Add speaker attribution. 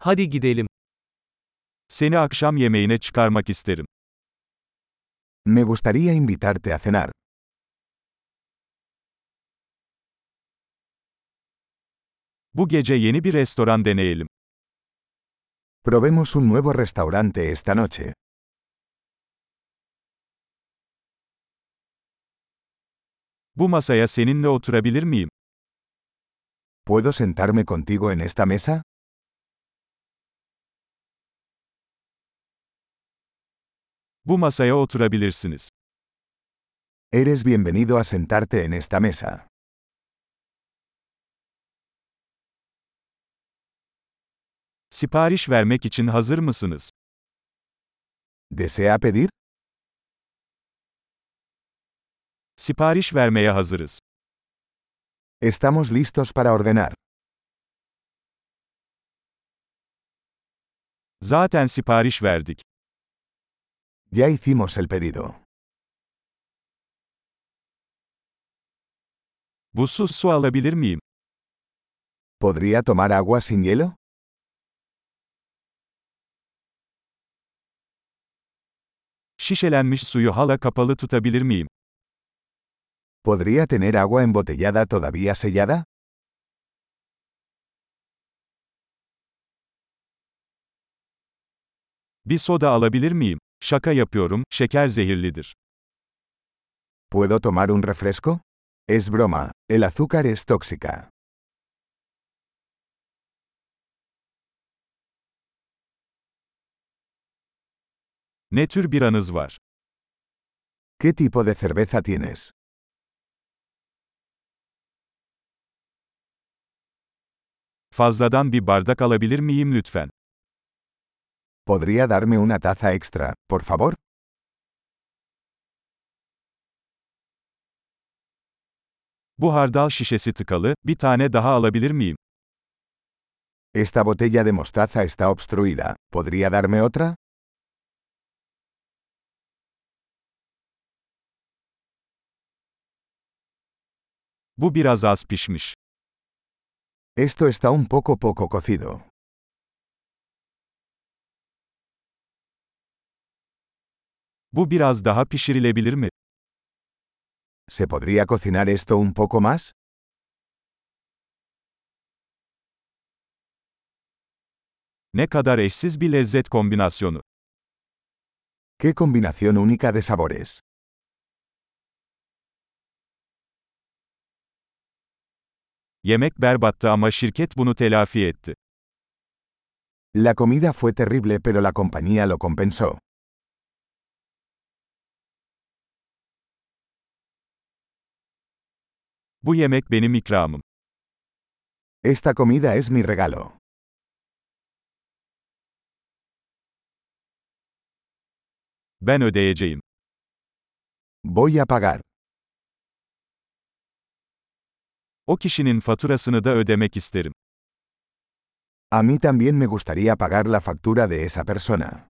Speaker 1: Hadi gidelim.
Speaker 2: Seni akşam yemeğine çıkarmak isterim.
Speaker 3: Me gustaría invitarte a cenar.
Speaker 2: Bu gece yeni bir restoran deneyelim.
Speaker 3: Probemos un nuevo restaurante esta noche.
Speaker 2: Bu masaya seninle oturabilir miyim?
Speaker 3: ¿Puedo sentarme contigo en esta mesa?
Speaker 2: Bu masaya oturabilirsiniz.
Speaker 3: Eres bienvenido a sentarte en esta mesa.
Speaker 2: Sipariş vermek için hazır mısınız?
Speaker 3: ¿Desea pedir?
Speaker 2: Sipariş vermeye hazırız.
Speaker 3: Estamos listos para ordenar.
Speaker 2: Zaten sipariş verdik.
Speaker 3: Ya hicimos el pedido.
Speaker 2: Buzsuz su alabilir miyim?
Speaker 3: ¿Podría tomar agua sin hielo?
Speaker 2: Şişelenmiş suyu hala kapalı tutabilir miyim?
Speaker 3: ¿Podría tener agua embotellada todavía sellada?
Speaker 2: Bir soda alabilir miyim? Şaka yapıyorum, şeker zehirlidir.
Speaker 3: ¿Puedo tomar un refresco? Es broma, el azúcar es tóxica.
Speaker 2: Ne tür bir anız var?
Speaker 3: ¿Qué tipo de cerveza tienes?
Speaker 2: Fazladan bir bardak alabilir miyim lütfen?
Speaker 3: ¿Podría darme una taza extra, por favor?
Speaker 2: Bu hardal şişesi tıkalı, bir tane daha alabilir miyim?
Speaker 3: Esta botella de mostaza está obstruida. ¿Podría darme otra?
Speaker 2: Bu biraz az pişmiş.
Speaker 3: Esto está un poco poco cocido.
Speaker 2: Bu biraz daha pişirilebilir mi?
Speaker 3: ¿Se podría cocinar esto un poco más?
Speaker 2: Ne kadar eşsiz bir lezzet kombinasyonu.
Speaker 3: ¿Qué combinación única de sabores?
Speaker 2: Yemek berbattı ama şirket bunu telafi etti.
Speaker 3: La comida fue terrible pero la compañía lo compensó.
Speaker 2: Bu yemek benim ikramım.
Speaker 3: Esta comida es mi regalo.
Speaker 2: Ben ödeyeceğim.
Speaker 3: Voy a pagar.
Speaker 2: O kişinin faturasını da ödemek isterim.
Speaker 3: A mí también me gustaría pagar la factura de esa persona.